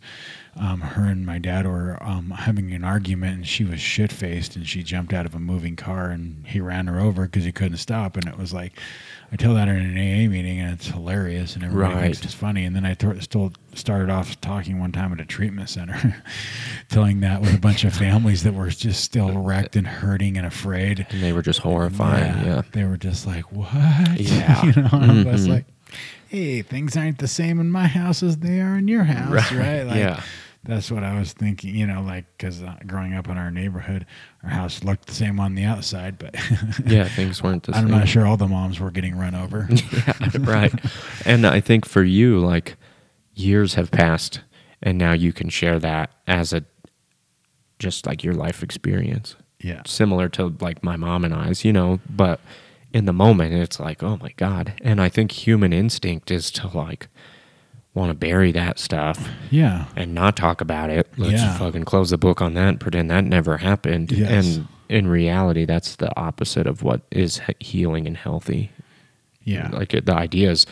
um, her and my dad were um, having an argument and she was shit faced and she jumped out of a moving car and he ran her over because he couldn't stop and it was like i tell that in an aa meeting and it's hilarious and everybody thinks
Right.
it's funny and then i th- still started off talking one time at a treatment center telling that with a bunch of families that were just still wrecked and hurting and afraid
And they were just horrifying. Yeah.
they were just like, "What?"
Yeah. Mm-hmm.
you know, and I was like, "Hey, things aren't the same in my house as they are in your house, right?" Like,
yeah.
That's what I was thinking, you know, like because uh, growing up in our neighborhood, our house looked the same on the outside, but
Yeah, things weren't the
I'm
same.
not sure all the moms were getting run over.
yeah, right. And I think for you, like years have passed, and now you can share that as a just like your life experience,
yeah,
similar to like my mom and I's, you know. But in the moment, it's like, oh my god. And I think human instinct is to like want to bury that stuff
yeah,
and not talk about it. Let's
Yeah.
fucking close the book on that and pretend that never happened.
Yes.
And in reality, that's the opposite of what is he- healing and healthy
yeah,
like it, the idea is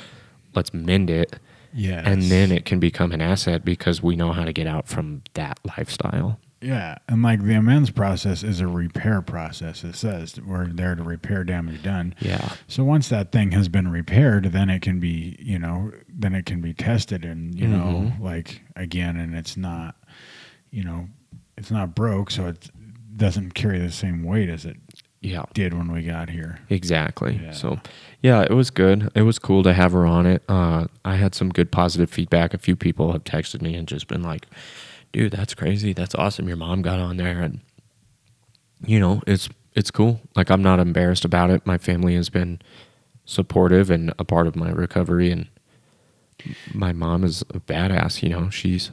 let's mend it
yes.
and then it can become an asset because we know how to get out from that lifestyle
Yeah, and like the amends process is a repair process. It says we're there to repair damage done.
yeah
So once that thing has been repaired, then it can be, you know, then it can be tested and, you know,
Mm-hmm.
like again and it's not, you know, it's not broke, so it doesn't carry the same weight as it
yeah
did when we got here.
exactly
Yeah.
so yeah it was good it was cool to have her on it uh, i had some good positive feedback a few people have texted me and just been like dude that's crazy that's awesome your mom got on there and you know it's it's cool like i'm not embarrassed about it my family has been supportive and a part of my recovery and my mom is a badass you know she's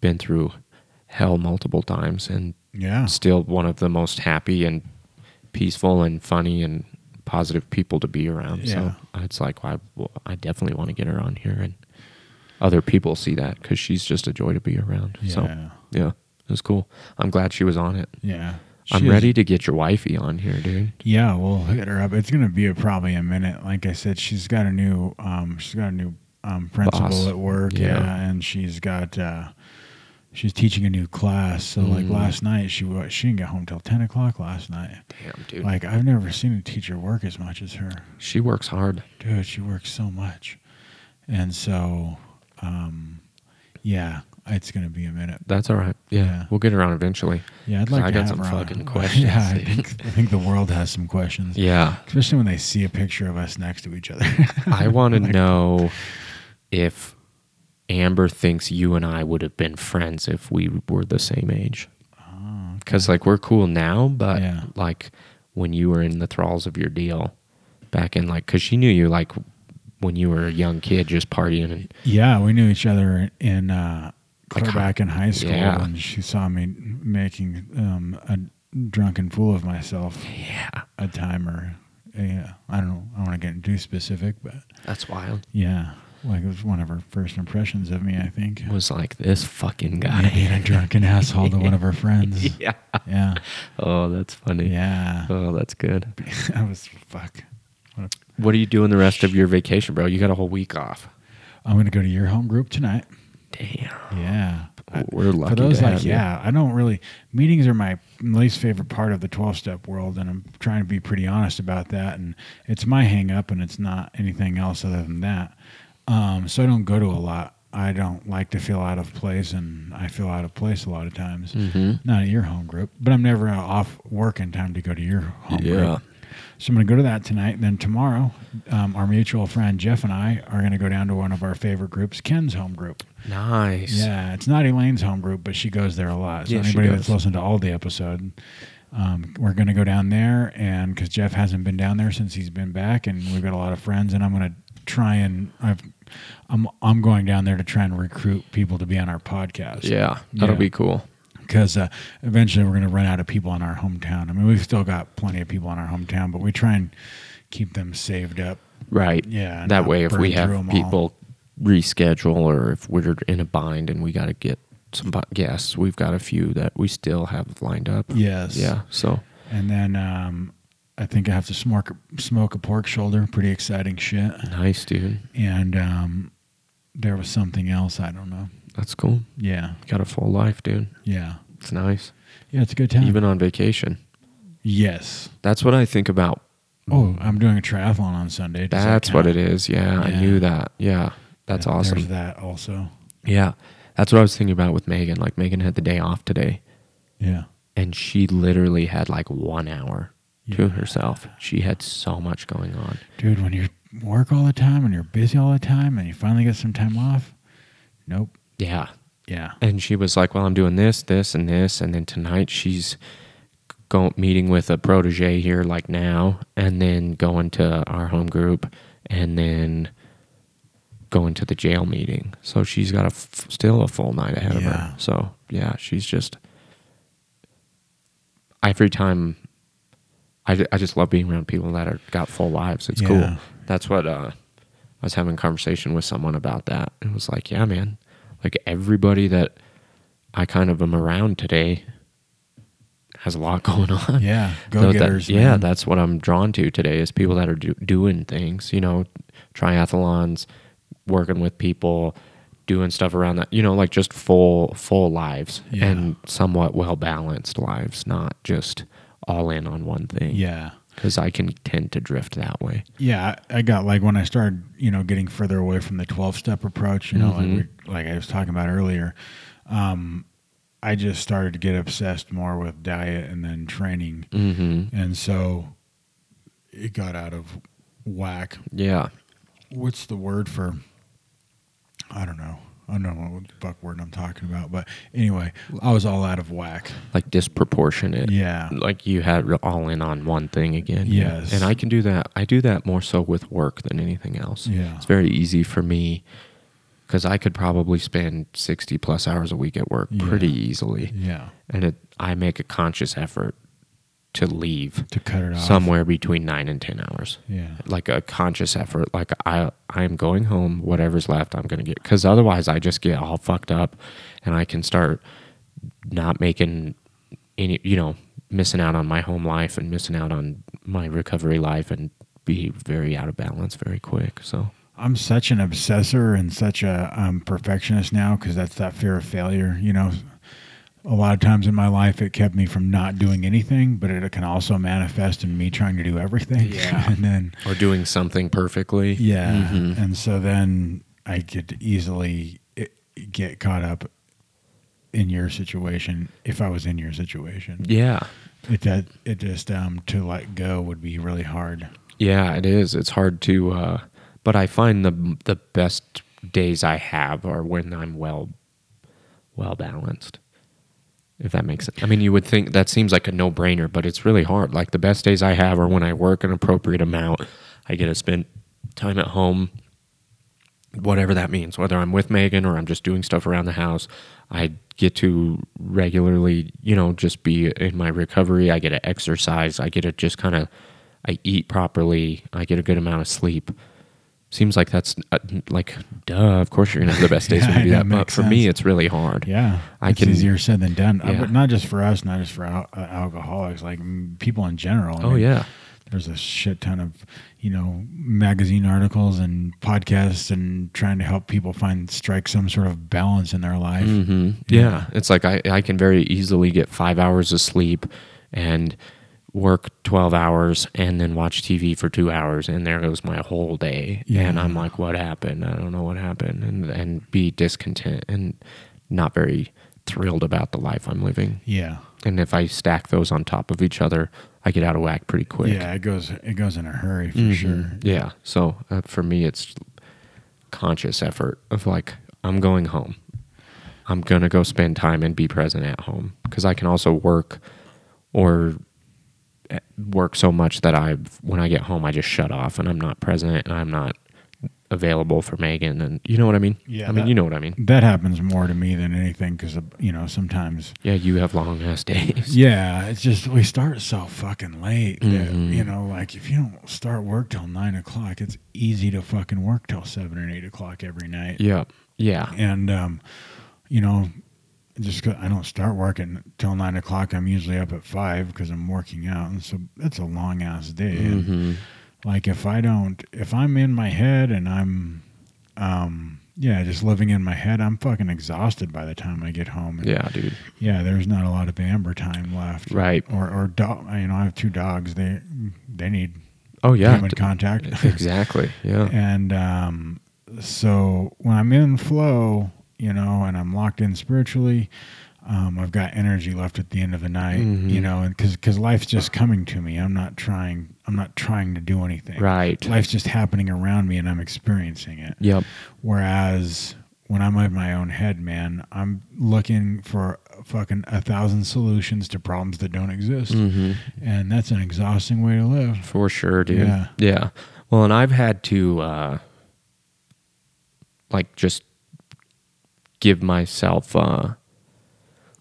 been through hell multiple times and
Yeah.
still one of the most happy and peaceful and funny and positive people to be around
Yeah.
so it's like I, well, I definitely want to get her on here and other people see that because she's just a joy to be around so
Yeah.
yeah it was cool i'm glad she was on it
Yeah.
I'm
She is-
ready to get your wifey on here, dude.
Yeah, we'll hit her up. It's gonna be a, probably a minute. Like I said, she's got a new um, she's got a new um, principal
Boss.
at work.
Yeah.
Yeah. and she's got uh, she's teaching a new class. So like
Mm-hmm.
last night, she wa- she didn't get home till ten o'clock last night.
Damn, dude.
Like I've never seen a teacher work as much as her.
she works hard.
Dude, she works so much, and so um, yeah, it's gonna be a minute.
That's all right. Yeah,
Yeah.
we'll get her on eventually.
Yeah, I'd
'Cause
like
I
to
got
have
some
her on.
fucking questions,
Yeah, I
dude.
think, I think the world has some questions.
Yeah,
Especially when they see a picture of us next to each other.
I want to know if Amber thinks you and I would have been friends if we were the same age.
oh,
Because like we're cool now, but
Yeah.
like when you were in the thralls of your deal, back in like, because she knew you like when you were a young kid, just partying and
yeah, we knew each other in uh, clear
Like hi-
back in high school,
Yeah.
and she saw me making um, a drunken fool of myself
yeah,
a timer. Yeah, I don't know. I don't want to get too specific, but
that's wild.
yeah, like it was one of her first impressions of me. I think
Was like this fucking
Me
guy.
being a drunken asshole to one of her friends.
yeah.
Yeah,
Oh, that's funny.
yeah.
Oh, that's good.
I was fuck. What a-
What are you doing the rest of your vacation, bro? You got a whole week off.
I'm gonna go to your home group tonight.
Damn.
Yeah. I-
We're lucky
for those
to
like
have you.
yeah i don't really meetings are my least favorite part of the 12-step world and i'm trying to be pretty honest about that and it's my hang up and it's not anything else other than that um, so i don't go to a lot i don't like to feel out of place and i feel out of place a lot of times
Mm-hmm.
not at your home group but i'm never off work in time to go to your home
Yeah.
group so I'm going to go to that tonight. Then tomorrow, um, our mutual friend Jeff and I are going to go down to one of our favorite groups, Ken's home group.
Nice.
Yeah, it's not Elaine's home group, but she goes there a lot. So
Yeah, she
anybody that's
goes.
listened to all the episode, um, we're going to go down there, and because Jeff hasn't been down there since he's been back, and we've got a lot of friends, and I'm going to try and I've, I'm I'm going down there to try and recruit people to be on our podcast.
Yeah. That'll
Yeah.
be cool.
because uh, eventually we're going to run out of people in our hometown. I mean, we've still got plenty of people in our hometown, but we try and keep them saved up.
Right.
Yeah,
That
not
way, if we
burn through
have
'em all.
people reschedule or if we're in a bind and we got to get some bu- guests, we've got a few that we still have lined up.
Yes.
Yeah. So
And then um, I think I have to smoke smoke a pork shoulder. Pretty exciting shit.
nice, dude.
And um, there was something else. I don't know.
That's cool.
Yeah,
Got a full life, dude.
yeah,
It's nice.
yeah. It's a good time.
Even on vacation.
yes.
That's what I think about.
Oh, I'm doing a triathlon on Sunday. Does that
That's what
count?
it is. Yeah, I
Yeah.
knew that. Yeah. That's
Yeah,
awesome.
There's that also.
Yeah. That's what I was thinking about with Megan. Like Megan had the day off today
Yeah.
and she literally had like 1 hour
Yeah.
to herself. She had so much going on.
Dude, when you work all the time and you're busy all the time and you finally get some time off, nope.
Yeah.
Yeah.
and she was like, "Well, I'm doing this, this, and this," and then tonight she's going meeting with a protege here, like now, and then going to our home group, and then going to the jail meeting. So she's got a f- still a full night ahead of her.
Yeah.
So yeah, she's just every time. I, ju- I just love being around people that are got full lives. It's
Yeah.
cool. That's what uh, I was having a conversation with someone about that. It was like, yeah, man, like everybody that I kind of am around today has a lot going on.
Yeah.
So
Go
that-
getters.
yeah, that's what I'm drawn to today is people that are do, doing things, you know, triathlons, working with people, doing stuff around that, you know, like just full full lives
Yeah.
and somewhat well balanced lives, not just all in on one thing.
Yeah.
Cuz I can tend to drift that way.
Yeah, I I got like when I started, you know, getting further away from the twelve step approach, you know, like we, like I was talking about earlier, um, I just started to get obsessed more with diet and then training,
Mhm.
and so it got out of whack.
Yeah.
What's the word for? I don't know. I don't know what fuck word I'm talking about, but anyway, I was all out of whack.
Like disproportionate.
Yeah,
like you had re- all in on one thing again.
Yes.
And I can do that. I do that more so with work than anything else.
Yeah.
It's very easy for me because I could probably spend 60 plus hours a week at work
Yeah.
pretty easily.
yeah.
And it, I make a conscious effort to leave
To cut it off.
somewhere between nine and 10 hours.
Yeah.
Like a conscious effort. Like I, I'm going home, whatever's left, I'm going to get, because otherwise I just get all fucked up and I can start not making any, you know, missing out on my home life and missing out on my recovery life and be very out of balance very quick. So,
I'm such an obsessor and such a um, perfectionist now because that's that fear of failure. You know, a lot of times in my life, it kept me from not doing anything, but it can also manifest in me trying to do everything.
Yeah.
and then,
or doing something perfectly.
yeah.
Mhm.
And so then I could easily i- get caught up in your situation if I was in your situation.
Yeah.
It, that, it just, um, to let go would be really hard.
Yeah, it is. It's hard to, uh, but I find the the best days I have are when I'm well, well balanced. If that makes sense. I mean, you would think that seems like a no brainer, but it's really hard. Like the best days I have are when I work an appropriate amount. I get to spend time at home, whatever that means. Whether I'm with Megan or I'm just doing stuff around the house, I get to regularly, you know, just be in my recovery. I get to exercise. I get to just kind of, I eat properly. I get a good amount of sleep. Seems like that's uh, like, duh. Of course, you're gonna have the best days when
Yeah,
you do
that
that. But
makes
for me,
sense.
it's really hard.
Yeah,
I
it's
can-
easier said than done. Uh,
Yeah.
but not just for us, not just for al- uh, alcoholics, like mm, people in general. I
Oh
mean,
yeah.
there's a shit ton of you know magazine articles and podcasts and trying to help people find strike some sort of balance in their life.
hmm Yeah. It's like I, I can very easily get five hours of sleep and work 12 hours and then watch TV for two hours. And there goes my whole day. And
Yeah.
I'm like, what happened? I don't know what happened. And, and be discontent and not very thrilled about the life I'm living.
Yeah,
And if I stack those on top of each other, I get out of whack pretty quick.
yeah, it goes it goes in a hurry for sure.
Mm-hmm. Yeah. So uh, for me, it's conscious effort of like, I'm going home. I'm going to go spend time and be present at home because I can also work or eh, work so much that I, when I get home, I just shut off and I'm not present and I'm not available for Megan. And you know what I mean?
Yeah,
I mean,
that-
you know what I mean?
That happens more to me than anything because you know sometimes
Yeah. You have long ass days.
Yeah, it's just we start so fucking late. that,
Mhm.
you know, like if you don't start work till nine o'clock, it's easy to fucking work till seven or eight o'clock every night.
Yeah. Yeah.
And um, you know, just 'cause I don't start working till nine o'clock. I'm usually up at five because I'm working out, and so that's a long ass day. And,
Mhm.
like if I don't, if I'm in my head and I'm, um, yeah, just living in my head, I'm fucking exhausted by the time I get home. And
Yeah, dude.
yeah, there's not a lot of amber time left.
Right.
Or or dog. You know, I have two dogs. They they need
Oh, yeah.
human contact.
Exactly. Yeah.
and um, so when I'm in flow, you know, and I'm locked in spiritually, um, I've got energy left at the end of the night.
Mhm.
You know, and because because life's just coming to me. I'm not trying. I'm not trying to do anything.
Right.
Life's just happening around me, and I'm experiencing it.
Yep.
Whereas when I'm in my own head, man, I'm looking for fucking a thousand solutions to problems that don't exist.
Mm-hmm.
And that's an exhausting way to live.
For sure, dude.
Yeah.
Yeah. Well, and I've had to uh like just give myself uh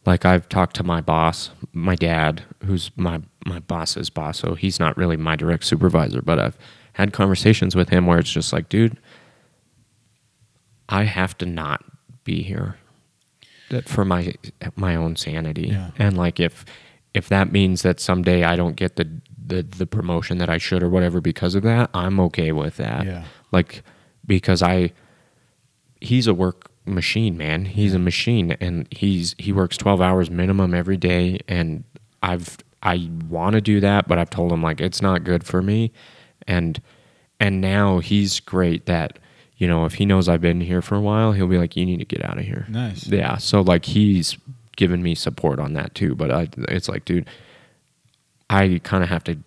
like I've talked to my boss, my dad, who's my my boss's boss, so he's not really my direct supervisor, but I've had conversations with him where it's just like, dude, I have to not be here that for my my own sanity
Yeah.
and like if if that means that someday I don't get the the the promotion that I should or whatever because of that I'm okay with that
Yeah.
like because I he's a work machine man he's a machine and he's he works 12 hours minimum every day and I've I want to do that but I've told him like it's not good for me and and now he's great that you know if he knows I've been here for a while he'll be like you need to get out of here
Nice.
yeah. So like he's given me support on that too, but I it's like, dude, I kind of have to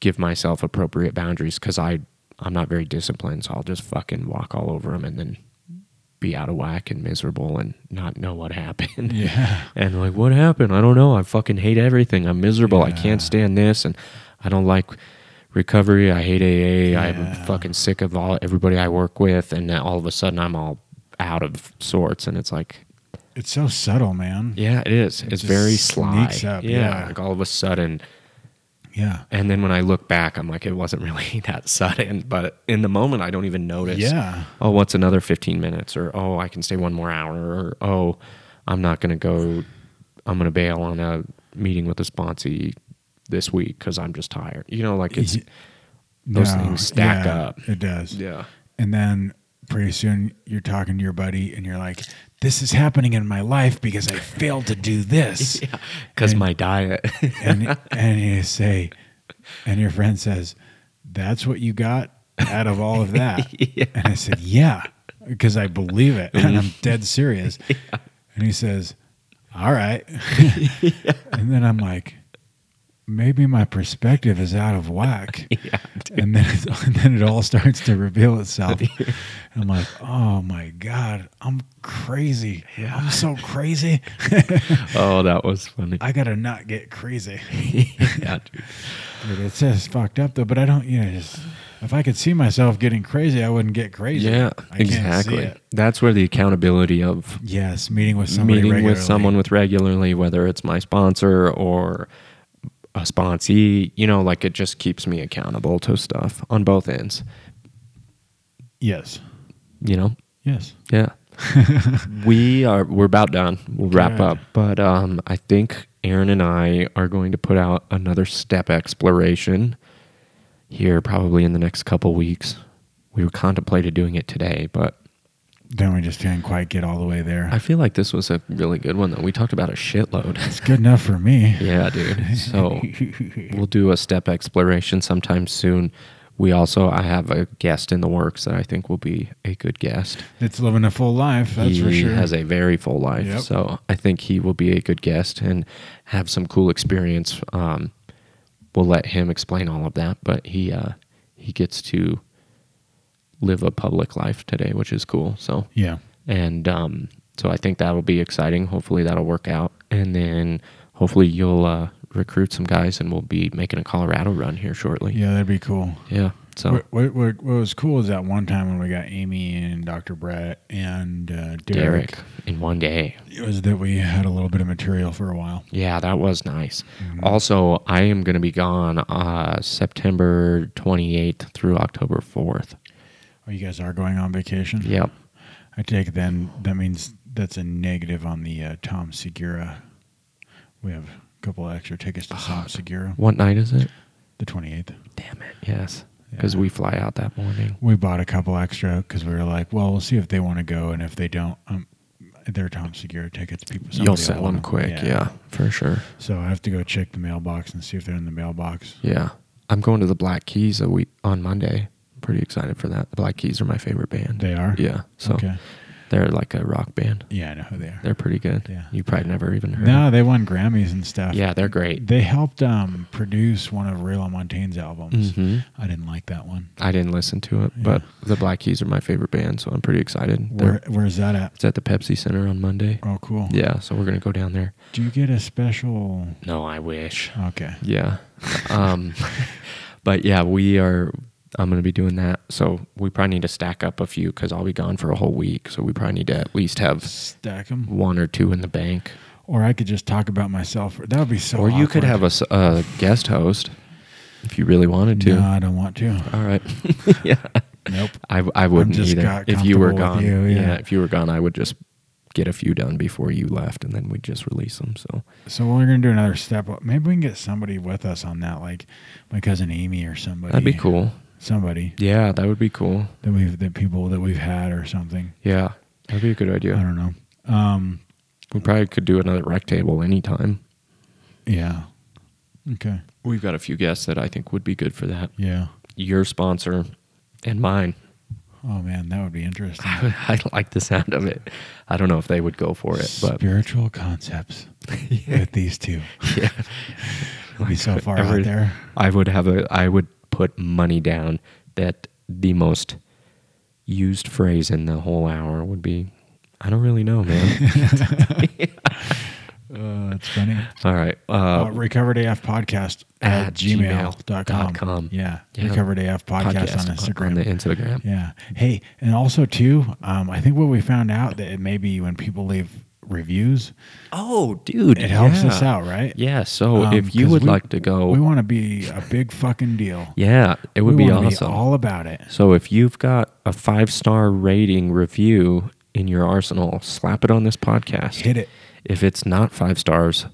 give myself appropriate boundaries because I I'm not very disciplined, so I'll just fucking walk all over them and then be out of whack and miserable and not know what happened.
Yeah.
and like, what happened? I don't know. I fucking hate everything. I'm miserable. I
Yeah.
can't stand this, and I don't like recovery. I hate AA. I'm
Yeah.
fucking sick of all everybody I work with, and then all of a sudden I'm all out of sorts, and it's like,
It's so subtle, man.
yeah, it is. It's
just
very sly.
sneaks up,
yeah,
yeah.
like all of a sudden.
Yeah.
And then when I look back, I'm like, it wasn't really that sudden. But in the moment, I don't even notice.
Yeah.
Oh, what's another 15 minutes? Or oh, I can stay one more hour. Or oh, I'm not gonna go. I'm gonna bail on a meeting with a sponsee this week because I'm just tired. You know, like it's those
No,
things stack
yeah,
up.
It does.
Yeah.
And then pretty soon you're talking to your buddy and you're like, this is happening in my life because I failed to do this.
Because my diet.
and, and you say, and your friend says, that's what you got out of all of that. And I said, yeah, because I believe it and I'm dead serious. And he says, all right. And then I'm like, maybe my perspective is out of whack. and then it, and then it all starts to reveal itself. And I'm like, oh my God, I'm crazy. I'm so crazy.
oh, that was funny.
I gotta not get crazy.
yeah, dude.
Dude, it's just fucked up though. But I don't, you know, just, if I could see myself getting crazy, I wouldn't get crazy.
Yeah,
I can't see
exactly.
it.
That's where the accountability of
Yes, meeting with somebody
meeting
regularly.
with someone with regularly, whether it's my sponsor or a sponsee, you know, like it just keeps me accountable to stuff on both ends,
Yes,
you know?
yes.
Yeah. we are we're about done. We'll wrap
Good.
up. But um I think Aaron and I are going to put out another step exploration here probably in the next couple weeks. We were contemplated doing it today, but
Then we just can't quite get all the way there.
I feel like this was a really good one though. We talked about a shitload.
it's good enough for me.
Yeah, dude. So we'll do a step exploration sometime soon. We also I have a guest in the works that I think will be a good guest.
It's living a full life. That's
he
for sure.
has a very full life,
Yep.
so I think he will be a good guest and have some cool experience. Um, we'll let him explain all of that, but he uh, he gets to live a public life today, which is cool. So
yeah.
and um, so I think that'll be exciting. Hopefully that'll work out, and then hopefully you'll uh, recruit some guys, and we'll be making a Colorado run here shortly.
Yeah, that'd be cool.
Yeah, So
What, what, what, what was cool is that one time when we got Amy and Dr. Brett and uh, Derek,
Derek in one day.
it was that we had a little bit of material for a while.
Yeah, that was nice.
Mm-hmm.
Also, I am going to be gone uh, September 28th through October 4th.
Oh, you guys are going on vacation?
Yep.
I take then that means that's a negative on the uh, Tom Segura. We have a couple of extra tickets to Tom Segura,
What night is it?
the 28th.
Damn it. Yes. Because we fly out that morning.
We bought a couple extra because we were like, well, we'll see if they want to go, and if they don't, um, they're Tom Segura tickets. People, somebody
You'll
will
sell
want
them quick. Yeah. for sure.
So I have to go check the mailbox and see if they're in the mailbox.
Yeah. I'm going to the Black Keys a week on Monday. I'm pretty excited for that. The Black Keys are my favorite band.
They are.
Yeah. So
Okay.
They're like a rock band.
Yeah, I know who they are.
They're pretty good.
Yeah.
You probably never even heard.
No,
of
they won Grammys and stuff.
them. Yeah, they're great.
They helped um, produce one of Rayla Montaigne's albums.
Mhm.
I didn't like that one.
I didn't listen to it, but the Black Keys are my favorite band, so I'm pretty excited. They're,
Where, where's that at?
it's at the Pepsi Center on Monday.
Oh, cool.
Yeah, so we're gonna go down there.
Do you get a special?
No, I wish.
Okay.
Yeah. Um, but yeah, we are. I'm gonna be doing that, so we probably need to stack up a few because I'll be gone for a whole week. So we probably need to at least have
Stack them.
one or two in the bank,
Or I could just talk about myself. That would be so.
or you could have a, s- a guest host if you really wanted to.
No, I don't want to.
All right. yeah.
Nope.
I, I wouldn't
just
either.
got
if you were
comfortable
gone,
with you,
yeah.
yeah.
If you were gone, I would just get a few done before you left, and then we'd just release them. So
So we're gonna do another step. up. Maybe we can get somebody with us on that, like my cousin Amy or somebody.
that'd be cool.
Somebody
Yeah, that would be cool.
that we've that people that we've had or something.
Yeah, that'd be a good
I
idea.
don't know. Um.
We probably could do another rec table anytime.
Yeah. Okay.
We've got a few guests that I think would be good for that.
Yeah.
Your sponsor and mine.
Oh man, that would be interesting.
I, like the sound of it. I don't know if they would go for it, but
Spiritual concepts with these two.
yeah.
We'll be so far
every-
out there.
I would have a I would put money down that the most used phrase in the whole hour would be I don't really know, man.
Uh, that's funny.
All right. Uh,
Uh, recovered AF podcast
at
at gmail.com.
gmail.com.
Yeah.
Yeah.
Recovered AF podcast,
podcast
on Instagram.
the Instagram.
yeah. Hey, and also too, um, I think what we found out that it may be when people leave reviews,
Oh, dude.
it helps
yeah.
us out, right?
Yeah, so
Um,
if you
'cause
would
we-
like to go
We want to be a big fucking deal.
Yeah, it would
we
be
wanna
awesome.
all about it.
so if you've got a five-star rating review in your arsenal, slap it on this podcast.
Hit it.
If it's not five stars,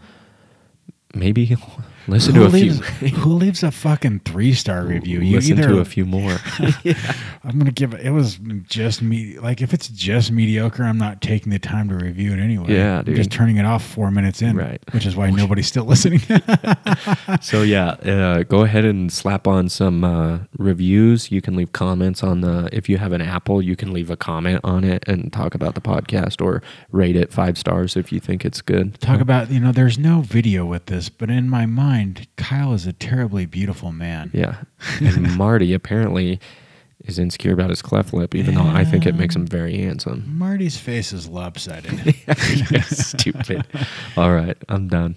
maybe listen
Who
to a
leaves,
few
who leaves a fucking three star review? You
listen
either
to a few more.
I'm gonna give it. It was just me. Like if it's just mediocre, I'm not taking the time to review it anyway.
Yeah,
I'm
dude.
just turning it off four minutes in.
Right.
Which is why nobody's still listening.
so yeah, uh, go ahead and slap on some uh, reviews. You can leave comments on the if you have an Apple, you can leave a comment on it and talk about the podcast or rate it five stars if you think it's good.
Talk about you know. There's no video with this, but in my mind, Kyle is a terribly beautiful man.
Yeah. And Marty apparently is insecure about his cleft lip, even though I think it makes him very handsome.
Marty's face is lopsided.
Stupid. All right, I'm done.